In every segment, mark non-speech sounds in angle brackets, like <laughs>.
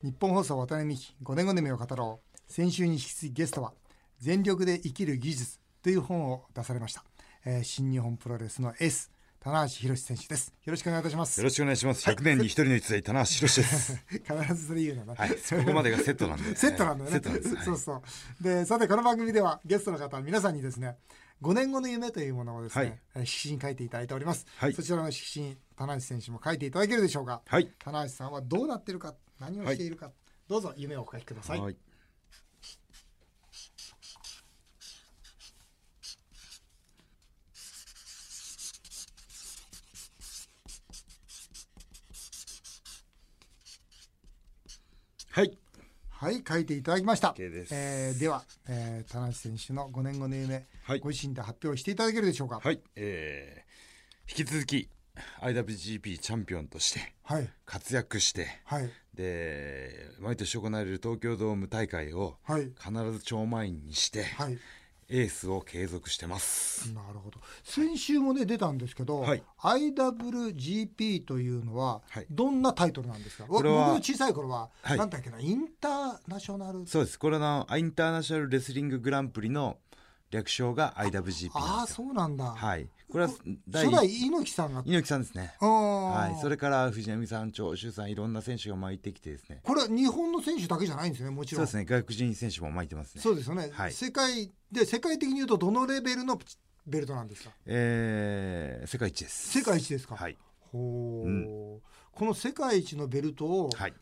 日本放送渡辺美希5年後の夢を語ろう先週に引き続きゲストは「全力で生きる技術」という本を出されました、えー新日本プロレスのエース棚橋宏選手ですよろしくお願いいたしますよろしくお願いします。100年に一人の逸材、棚橋宏 <laughs> です。必 <laughs> ずそれ言うのな、はい、そこまでがセットなんで。セットなんだよね。セットなんです。はいそうそう。で、さて、この番組ではゲストの方、皆さんにですね、5年後の夢というものをですね、えー指針に書いていただいております。はいそちらの指針、棚橋選手も書いていただけるでしょうか。はい棚橋さんはどうなっているか、何をしているか、どうぞ夢をお書きください。はいはい。はい、書いていただきました。 OK ですえーでは、えー、田中選手の5年後の夢、はいご自身で発表していただけるでしょうか。はい。えー引き続き、IWGP チャンピオンとしてはい、活躍して、はい、で、毎年行われる東京ドーム大会をはい、必ず超満員にして、はい。エースを継続してます。なるほど。先週もね、出たんですけど、はい IWGP というのははい、どんなタイトルなんですか、わこれ僕のは小さい頃は、はいなんだっけな、インターナショナル。そうです。これの、インターナショナルレスリンググランプリの略称が IWGP なんですよ。ああ、そうなんだ。はい。これは第初代猪木さんが。猪木さんですね。あーはい。それから藤波さん、長州さん、いろんな選手が巻いてきてですね。これは日本の選手だけじゃないんですよね、もちそうろん。ですね。外国人選手も巻いてますね。そうですよね、はい世界で世界的に言うとどのレベルのベルトなんですかえー、世界一です。世界一ですか、はい。ほーうこの世界一のベルトをはい。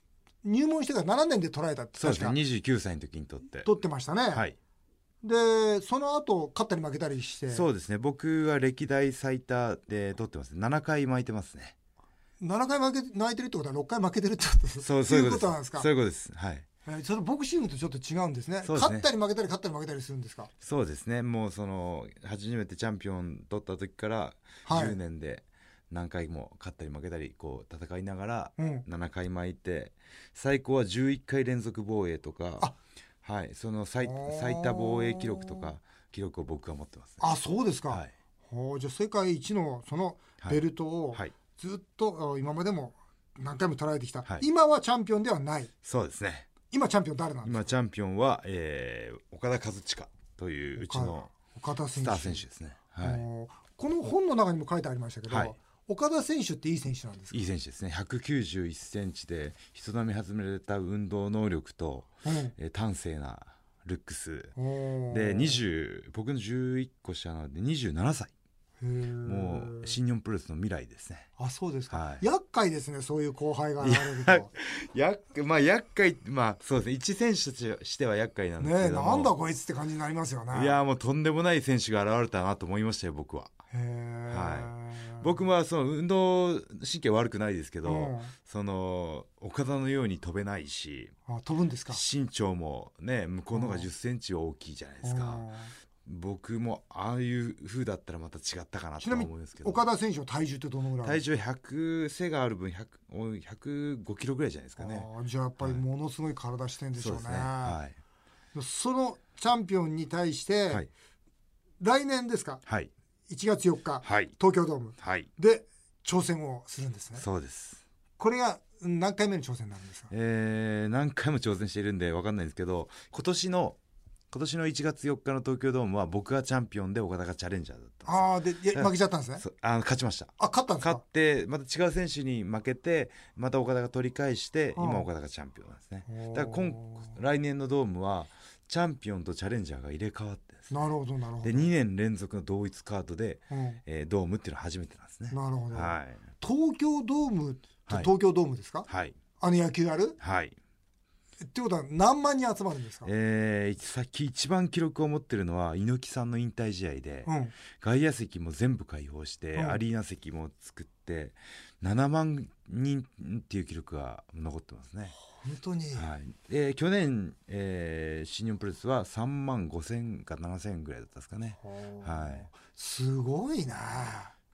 入門してから7年で捉えたってそうで確すね。か29歳の時にとって。取ってましたね、はい。でその後勝ったり負けたりしてそうですね。僕は歴代最多で取ってます。7回巻いてますね。 7回負け泣いてるってことは6回負けてるってことですそう、そそうういいううここととでなんす。ですかそういうことです。はえい。ーそれボクシングとちょっと違うんですねそうです勝ねったり負けたり勝ったり負けたりするんですかそうですね。もうその、初めてチャンピオン取った時から、はい10年で何回も勝ったり負けたり、こう、戦いながら、うん7回巻いて最高は11回連続防衛とあか、はい、その最あー最多防衛記録とか記録を僕が持ってます、ね、あそうですか、はい、ほうじゃあ世界一のそのベルトをはい、ずっとあ今までも何回も捉えてきた、はい今はチャンピオンではないそうですね今チャンピオン誰なんですか今チャンピオンは、えー岡田和親といううちの岡田ス選手ター選手ですね、はおーこの本の中にも書いてありましたけど、はい岡田選手っていい選手なんですい、かいい選手ですね191センチで人並み外れた運動能力と、えー端正なルックスうんおーで20僕の11個下なので27歳へーもう新日本プロレスの未来ですねあそうですか、はい厄介ですねそういう後輩が現れるいやとやっまあ厄介まあそうですね一選手としては厄介なんですねけえどなもんだこいつって感じになりますよねいやもうとんでもない選手が現れたなと思いましたよ僕はへーは僕はその運動神経悪くないですけど、うんその岡田のように飛べないしあ飛ぶんですか身長もね向こうの方が1 0ンチ大きいじゃないですか僕もああいう風だったらまた違ったかなちとなはみ思うんにですけど岡田選手の体重ってどのぐらいある体重100背がある分100お105キロぐらいじゃないですかねあーじゃあやっぱりものすごい体してんでしそょううでね,すそ、ねはのチャンピオンに対して、いはい来年ですかはい1月4日、はい東京ドームはいで挑戦をするんですねそうですこれがうん何回目の挑戦になるんですかえー何回も挑戦しているんで分かんないんですけど今年の今年の1月4日の東京ドームは僕がチャンピオンで岡田がチャレンジャーだったんああでいや負けちゃったんですねですよそあの勝ちましたあ勝ったんです勝かってまた違う選手に負けてまた岡田が取り返してうん今岡田がチャンピオンなんですねおーだから今来年のドームはチャンピオンとチャレンジャーが入れ替わってですねなるほどなるほど、で2年連続の同一カードで、うん、えードームっていうのは初めてなんですねなるほど、はい東京ドームってはい東京ドームですか、はいあの野球やるはいってことは何万人集まるんですか、えー、さっき一番記録を持ってるのは猪木さんの引退試合で、うん、外野席も全部開放して、うんアリーナ席も作って7万人っていう記録が残ってますね、本当に、はいで去年、えー新日本プロレスは3万5千か7千ぐらいだったんですかねほうはいすごいな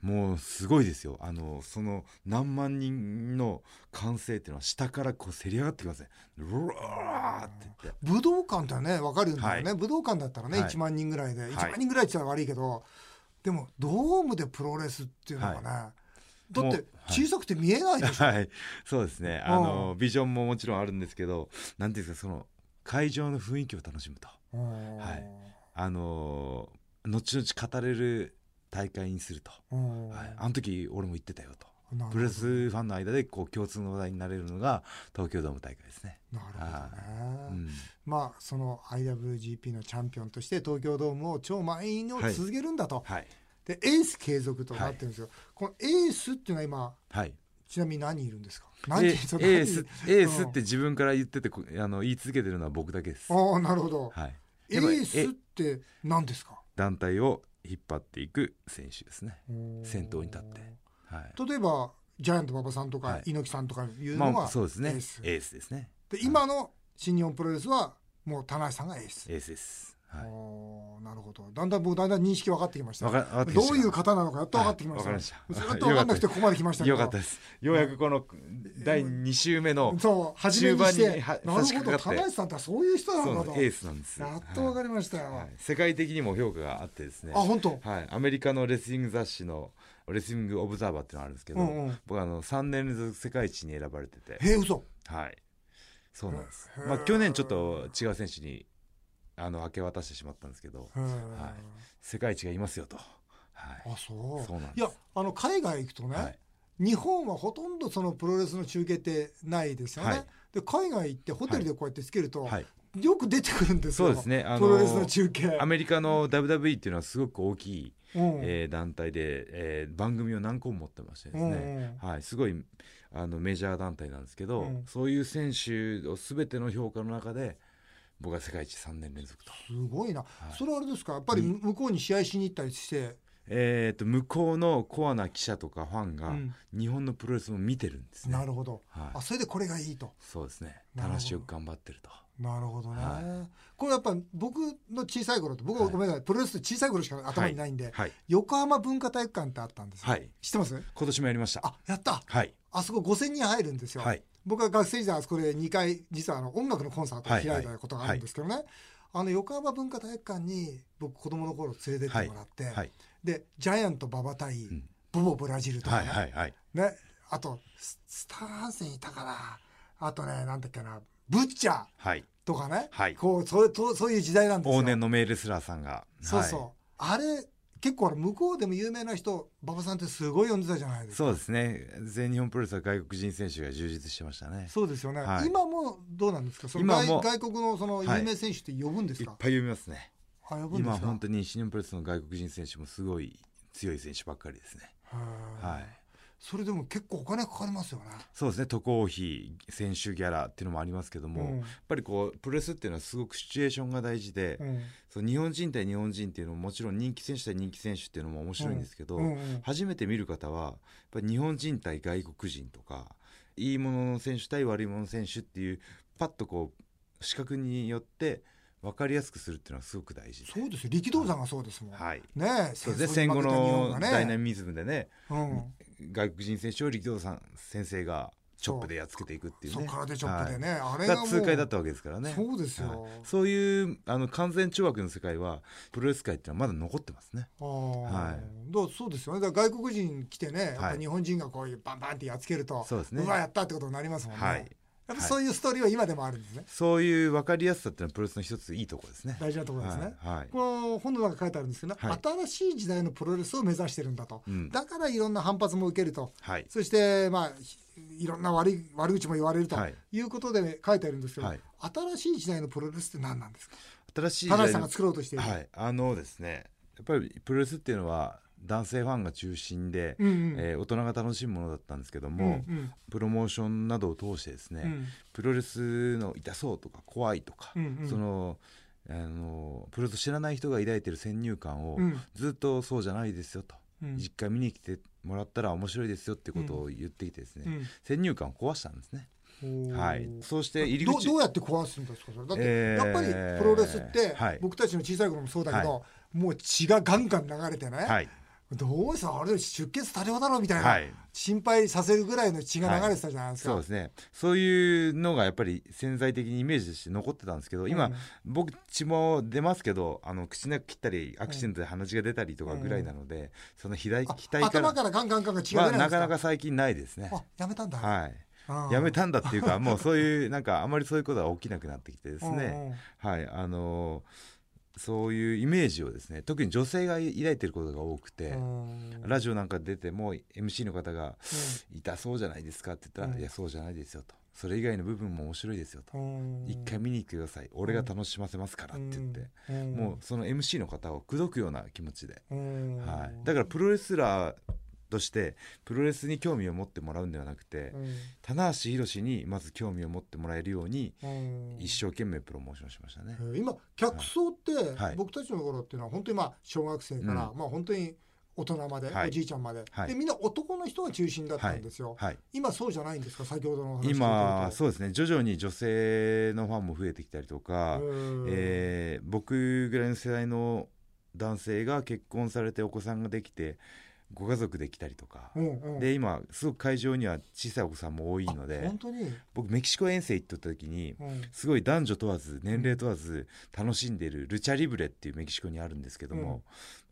もうすごいですよあのその何万人の歓声っていうのは下からこうせり上がってきますねうわーって言って武道館だね分かるんだよね、は武道館だったらね、はい1万人ぐらいで、い1万人ぐらいって言ったら悪いけどでもドームでプロレスっていうのがね、だって小さくて見えないでしょ、はい、そうですね。あのビジョンももちろんあるんですけど、なんていうんですかその会場の雰囲気を楽しむと、うん <laughs> はいあの後々語れる大会にすると、うんはい、あの時俺も言ってたよと。なるほどプロレスファンの間でこう共通の話題になれるのが東京ドーム大会ですね。なるほどね、うん、まあその IWGP のチャンピオンとして東京ドームを超満員を続けるんだと、はいでエース継続となってるんですよ、このエースっていうのは今はい。ちなみに何人いるんですかえ何エ人いるースエースって自分から言っててこあの言い続けてるのは僕だけです。はああなるほど、い。エやっぱりースって何ですか団体を引っ張っていく選手ですね。先頭に立ってはい。例えばジャイアント馬場さんとかはい猪木さんとかいうのまはあそうですねエースエースですねで今の新日本プロレスはもう田中さんがエース、エースですあはいーなるほどだんだん僕だんだん認識分かってきましたわかわかってきどましたういう方なのかやっと分かってきました,、はいわかりましたずっと分かんなくてここまで来ましたけどよかったですようやくこの第2週目のそう初めにし中盤てにはなる差しほど掛かっ田て中さんってそういう人なそんうだなんとですエースなんですやっと分かりましたよ、はいはい世界的にも評価があってですねあ本当はいアメリカのレスリング雑誌のレスリングオブザーバーっていうのがあるんですけどうんうん僕あの3年連続世界一に選ばれててへえ嘘はいそうなんですへーまあ去年ちょっと違う選手にあの明け渡してしまったんですけどへえ世界一がいますよとはいあそうそうなんですいやあの海外行くとね、はい日本はほとんどそのプロレスの中継ってないですよね、はいで海外行ってホテルでこうやってつけると、はいよく出てくるんですよそうですねあのプロレスの中継アメリカの WWE っていうのはすごく大きい、うんえー団体で、えー番組を何個も持ってましてですね、はい、すごいあのメジャー団体なんですけど、うんそういう選手を全ての評価の中で僕は世界一3年連続と,、うんうんすごいな、はいそれはあれですかやっぱり向こうに試合しに行ったりして、えー、と向こうのコアな記者とかファンうがん日本のプロレスを見てるんですね、なるほど、はいあ、それでこれがいいとそうですねなるほど楽しく頑張ってるとなるほどね、はこれやっぱ僕の小さい頃って僕ははいごめんなさい、プロレスって小さい頃しか頭にないんで、はい横浜文化体育館ってあったんですよ、はい知ってます今年もやりましたあやったはいあそこ5000人入るんですよ、はい僕は学生時代あそこで2回実はあの音楽のコンサートを開いたことがあるんですけどね、あの横浜文化体育館に僕子供の頃連れてってもらって、はいでジャイアント馬場対んボボブラジルとかはね,、いはいはいねあとススター・ハンセンいたかなあとねなんだっけなブッチャーはいとかね、はいこうそうとそういう時代なんですよ往年の名レスラーさんがそうはいそう、あれ結構あれ向こうでも有名な人馬場さんってすごい呼んでたじゃないですかそうですね全日本プロレスは外国人選手が充実してましたねそうですよね、はい今もどうなんですか、その今外も外国のそのはい有名選手って呼ぶんでいすっか、ぱい呼びますねあ呼ぶんで今すか本当に新日本プロレスの外国人選手もすごい強い選手ばっかりですねへーはいそれでも結構お金かかりますよね。そうですね渡航費選手ギャラっていうのもありますけども、うんやっぱりこうプロレスっていうのはすごくシチュエーションが大事で、うんそう日本人対日本人っていうのももちろん人気選手対人気選手っていうのも面白いんですけど、うんうん初めて見る方はやっぱり日本人対外国人とかいいものの選手対悪いものの選手っていうパッとこう視覚によって分かりやすくするっていうのはすごく大事でそうですよ力道山がそうですもん、はいねえそうですね戦戦争後に負けた日本のがダイナねミズムでねうん外国人選手を力道さん先生がチョップでやっつけていくっていうそうね空手チョップでね、あはれいががもう痛快だったわけですからねそうですよ、はいそういうあの完全懲悪の世界はプロレス界っていうのはまだ残ってますねあーはいどうそうですよねだから外国人来てねやっぱはい日本人がこういうバンバンってやっつけると、そうですねわやったってことになりますもんね、はいやっぱそういうストーリーは今でもあるんですね、そういう分かりやすさっていうのはプロレスの一ついいところですね大事なところですね、はいはいこの本の中に書いてあるんですけど、はい新しい時代のプロレスを目指してるんだと、うんだからいろんな反発も受けるとはいそしてまあひいろんな悪い悪口も言われるとはいいうことで書いてあるんですけど、はい新しい時代のプロレスって何なんですか新しい時田代の中さんが作ろうとしている、はいあのですねやっぱりプロレスっていうのは男性ファンが中心で、うんうんえー大人が楽しむものだったんですけどうんうも、んプロモーションなどを通してですね、うんプロレスの痛そうとか怖いとか、うんうんそのあのプロレスを知らない人が抱いてる先入観を、うんずっとそうじゃないですよと、うん実家見に来てもらったら面白いですよってことを言ってきてですね、うん先入観を壊したんですね。おーはい、そうして入りど口どうやって壊すんですかそれだって、えーやっぱりプロレスって、はい僕たちの小さい頃もそうだけど、もう血がガンガン流れてね、はいどうしたあれ出血多量だろみたいな、はい心配させるぐらいの血が流れてたじゃないですか、そうですねそういうのがやっぱり潜在的にイメージとして残ってたんですけど今、うん僕血も出ますけどあの口の中切ったりアクシデントで鼻血が出たりとかぐらいなので、その左あ額から頭からガンガンガンが血がは出ないんですなかか,、なか最近ないですね。あやめたんだ、はい、うんやめたんだっていう <laughs> かもうそういうなんかあまりそういうことは起きなくなってきてですうんね、うんはいあのーそういうイメージをですね特に女性が抱いてることが多くて、うんラジオなんか出ても MC の方がう「痛そうじゃないですか」って言ったら「うんいやそうじゃないですよ」と「それ以外の部分も面白いですよ」とん「一回見に行ってください俺が楽しませますから」って言って、うんもうその MC の方を口説くような気持ちでうんはい、だからプロレスラーとしてプロレスに興味を持ってもらうんではなくて、うん棚橋宏にまず興味を持ってもらえるようにうん一生懸命プロモーションしましたね。えー今客層って、はい僕たちの頃っていうのは本当にまあ小学生から、まあ本当に大人まで、はいおじいちゃんまで,、はいでみんな男の人が中心だったんですよ、はい、今そうじゃないんですか先ほどのお話聞いてると今そうですね徐々に女性のファンも増えてきたりとか、うんえー僕ぐらいの世代の男性が結婚されてお子さんができてご家族できたりとか、うんうんで今すごく会場には小さいお子さんも多いのあで本当に、僕メキシコ遠征行っとった時にうんすごい男女問わず年齢問わず楽しんでるルチャリブレっていうメキシコにあるんですけども、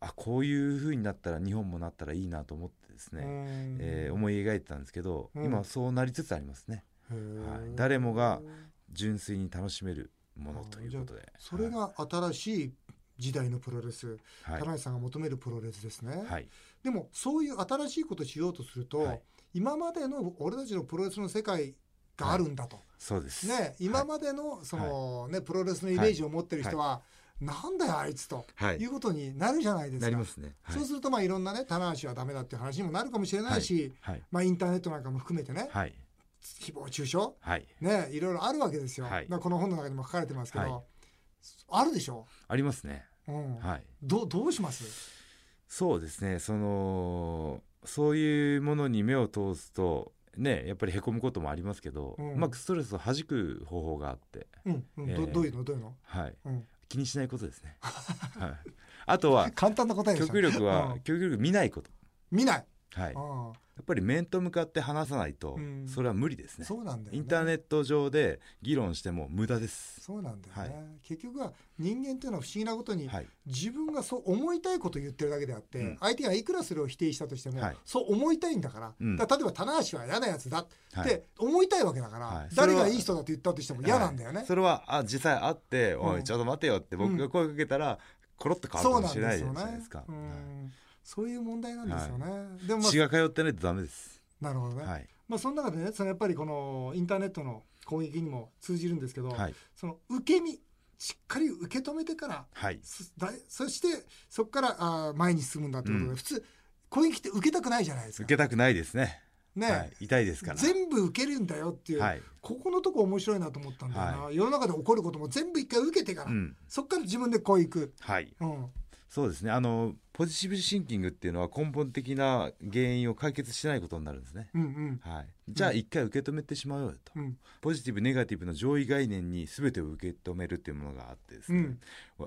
あこういう風になったら日本もなったらいいなと思ってですね、うんえー思い描いてたんですけど、うん今そうなりつつありますねへーはい誰もが純粋に楽しめるものということでそれが新しい時代のプロレス、はい、田中さんが求めるプロレスですね、はいでもそういう新しいことをしようとすると、はい今までの俺たちのプロレスの世界があるんだと、そうです、ね、今までのその、ね、プロレスのイメージを持ってる人は、なんだよあいつとはいいうことになるじゃないですなか。りますねはいそうするとまあいろんなね棚橋はダメだっていう話にもなるかもしれないし、はいまあ、インターネットなんかも含めてね、はい誹謗中傷はいねいろいろあるわけですよ、はいまあこの本の中にも書かれてますけど、はいあるでしょ、ありますねうんはいどうどうします、そうですねそのそういうものに目を通すとねやっぱりへこむこともありますけど、うんうまくストレスを弾く方法があって、うんうんどええどういうのどういうの、はい、うん、気にしないこ <laughs> とですね、はい、あとは簡単な答えでしょ極力は、うん極力見ないこと、見ない、はい、やあっぱり面と向かって話さないと、うんそれは無理ですあねそうなんだよ、ね、インターネット上で議論しても無駄です、そうなんだよね、はい結局は人間というのは不思議なことに、はい、自分がそう思いたいことを言ってるだけであって、うん相手がいくらそれを否定したとしても、はいそう思いたいんだから,、うんだから例えば棚橋は嫌なやつだっはいて思いたいわけだから、はい誰がそれはいい人だと言ったとしても嫌なんだよね、それはあ実際会って「おうんいちょっと待てよ」って僕が声かけたら、コロッと変そわうるかもなんしれですないじよゃねないですかうはいんそういう問題なんですよね、でも、まあ血、が通ってないとダメです。なるほどね、はい。まあ、その中でねそのやっぱりこのインターネットの攻撃にも通じるんですけど、はい。その受け身しっかり受け止めてからはい。そだそしてそこからあー前に進むんだということで、うん普通攻撃って受けたくないじゃないです受か。けたくないですね。ね、はい。痛いですから。全部受けるんだよっていう、はい。ここのとこ面白いなと思ったんだよな、は世の中で起こることも全部一回受けてから、うん。そっから自分でこういく、はい。うんそうですね。あの、ポジティブシンキングっていうのは根本的な原因を解決しないことになるんですね。うんうんはい。じゃあ一回受け止めてしまおうよと。うんポジティブ、ネガティブの上位概念に全てを受け止めるっていうものがあってですうねん。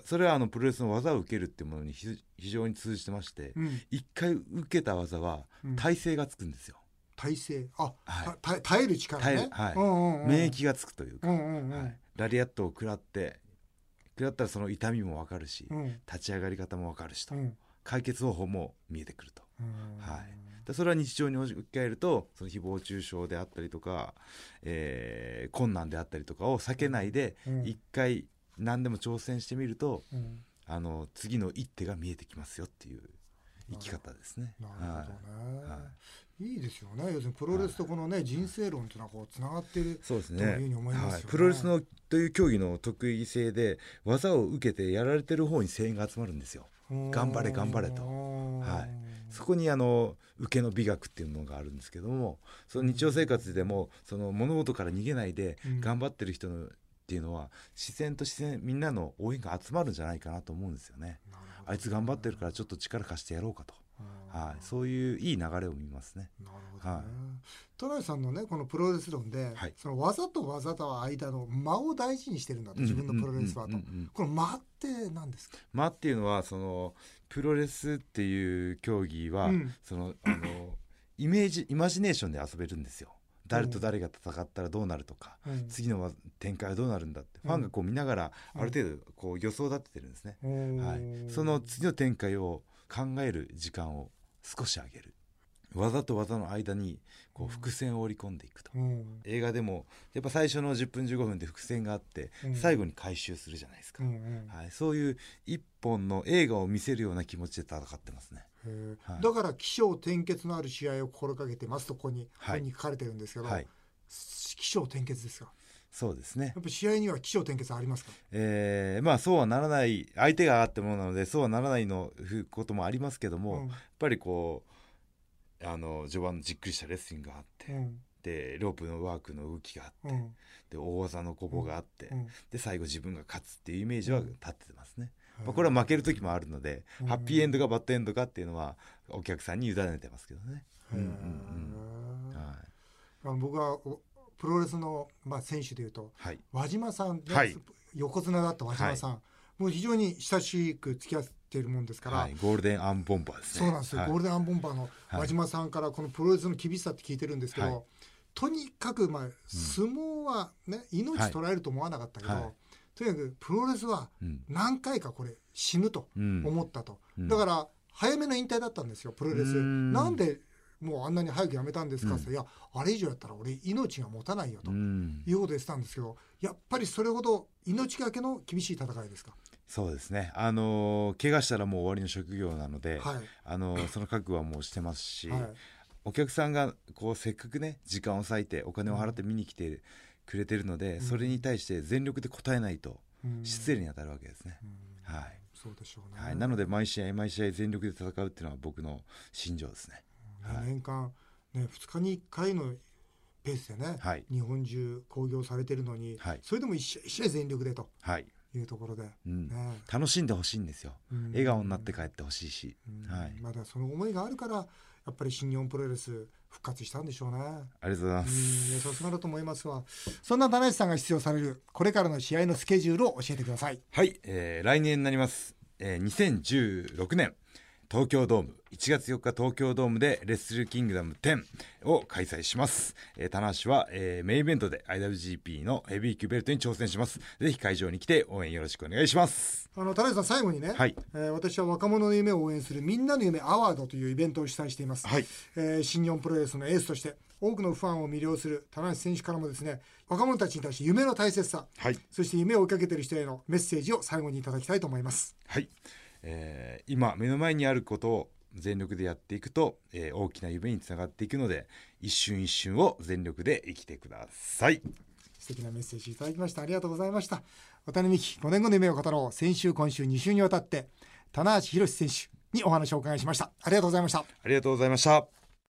それはあの、プロレスの技を受けるっていうものに非非常に通じてましてう、ん一回受けた技はうん耐性がつくんですよ。体勢あ、はいた耐える力ね耐えるはいうんうんうん、免疫がつくというかう。んうんうん、はい、ラリアットを食らって食らったらその痛みも分かるし、うん立ち上がり方も分かるしと、うん解決方法も見えてくるとうんはいでそれは日常に置き換えるとその誹謗中傷であったりとか、えー困難であったりとかを避けないでうん一回何でも挑戦してみると、うんあの次の一手が見えてきますよっていう生き方ですね。なるほどね、、はいはいいですよね要するにプロレスとこのね、人生論っていうのはこうつながってるそうですというふうに思いますよねはい、プロレスのという競技の得意性で技を受けてやられてる方に声援が集まるんですよ。頑張れ頑張れとはいそこにあの受けの美学っていうのがあるんですけどもその日常生活でもその物事から逃げないでうん頑張ってる人のっていうのは視線と視線みんなの応援が集まるんじゃないかなと思うんですよね。あいつ頑張ってるからちょっと力貸してやろうかとあはい、そういういい流れを見ますね。なるほど、ね、はい、田辺さんのねこのプロレス論で、はい、その技と技と間の間を大事にしてるんだと自分のプロレスはとこの間って何ですか間っていうのはそのプロレスっていう競技は、うん、そのあのイメージイマジネーションで遊べるんですよ。誰と誰が戦ったらどうなるとか、うん、次の展開はどうなるんだって、ファンがこう見ながらある程度こう予想立ててるんですね、うん、はい、その次の展開を考える時間を少し上げる技と技の間にこう伏線を織り込んでいくと、うん、映画でもやっぱ最初の10分15分で伏線があって、最後に回収するじゃないですか、はい、そういう一本の映画を見せるような気持ちで戦ってますね。はい、だから起承転結のある試合を心がけてますとここに、はい、ここに書かれてるんですけど、はい、起承転結ですかそうですねやっぱ試合には起承転結ありますかえー、まあそうはならない相手があってものなのでそうはならないのこともありますけども、うん、やっぱりこうあの序盤のじっくりしたレスリングがあって、うん、でロープのワークの動きがあって、うん、で大技の攻防があって、で最後自分が勝つっていうイメージは立ってますね。まあ、これは負ける時もあるので、うん、ハッピーエンドかバッドエンドかっていうのはお客さんに委ねてますけどね。僕はプロレスの、まあ、選手でいうと、はい、和島さん、はい、横綱だった和島さん、はい、もう非常に親しく付き合っているもんですから、ゴールデンアンボンバーですねそうなんですよ、ゴールデンアンボンバーの和島さんからこのプロレスの厳しさって聞いてるんですけど、とにかく、まあ、相撲はね、ね、うん、命取られると思わなかったけど。とにかくプロレスは何回かこれ死ぬと思ったと、うん、だから早めの引退だったんですよプロレスなんでもうあんなに早くやめたんですかって、うん、いやあれ以上やったら俺命が持たないよということでしたんですけどやっぱりそれほど命がけの厳しい戦いですかそうですねあの怪我したらもう終わりの職業なので、はい、あのその覚悟はもうしてますし、はい、お客さんがこうせっかくね時間を割いてお金を払って見に来て、うんくれてるので、うん、それに対して全力で応えないと失礼に当たるわけですね。うん、はい。そうでしょうね。はい。なので毎試合毎試合全力で戦うっていうのは僕の信条ですね。うんはい、年間ね2日に1回のペースでね、はい、日本中興行されてるのに、はい、それでも一試合一試合全力でと。はい。いうところで、うんね、楽しんでほしいんですよ、笑顔になって帰ってほしいし、はい、まだその思いがあるからやっぱり新日本プロレス復活したんでしょうね。ありがとうございます。さすがだと思いますわ。そんな田内さんが必要されるこれからの試合のスケジュールを教えてください。はい、えー、来年になります。えー、2016年東京ドーム1月4日東京ドームでレッスルキングダム10を開催します。えー、田中は、えー、メインイベントで IWGP のヘビー級ベルトに挑戦します。ぜひ会場に来て応援よろしくお願いします。あの、田中さん最後にね、はい、えー、私は若者の夢を応援するみんなの夢アワードというイベントを主催しています。はい、えー、新日本プロレスのエースとして多くのファンを魅了する田中選手からもですね、若者たちに対して夢の大切さ、はい、そして夢を追いかけている人へのメッセージを最後にいただきたいと思います。はい。えー、今目の前にあることを全力でやっていくと、えー、大きな夢につながっていくので一瞬一瞬を全力で生きてください素敵なメッセージいただきましたありがとうございました渡辺美希5年後の夢を語ろう先週今週2週にわたって棚橋宏選手にお話をお伺いしましたありがとうございましたありがとうございました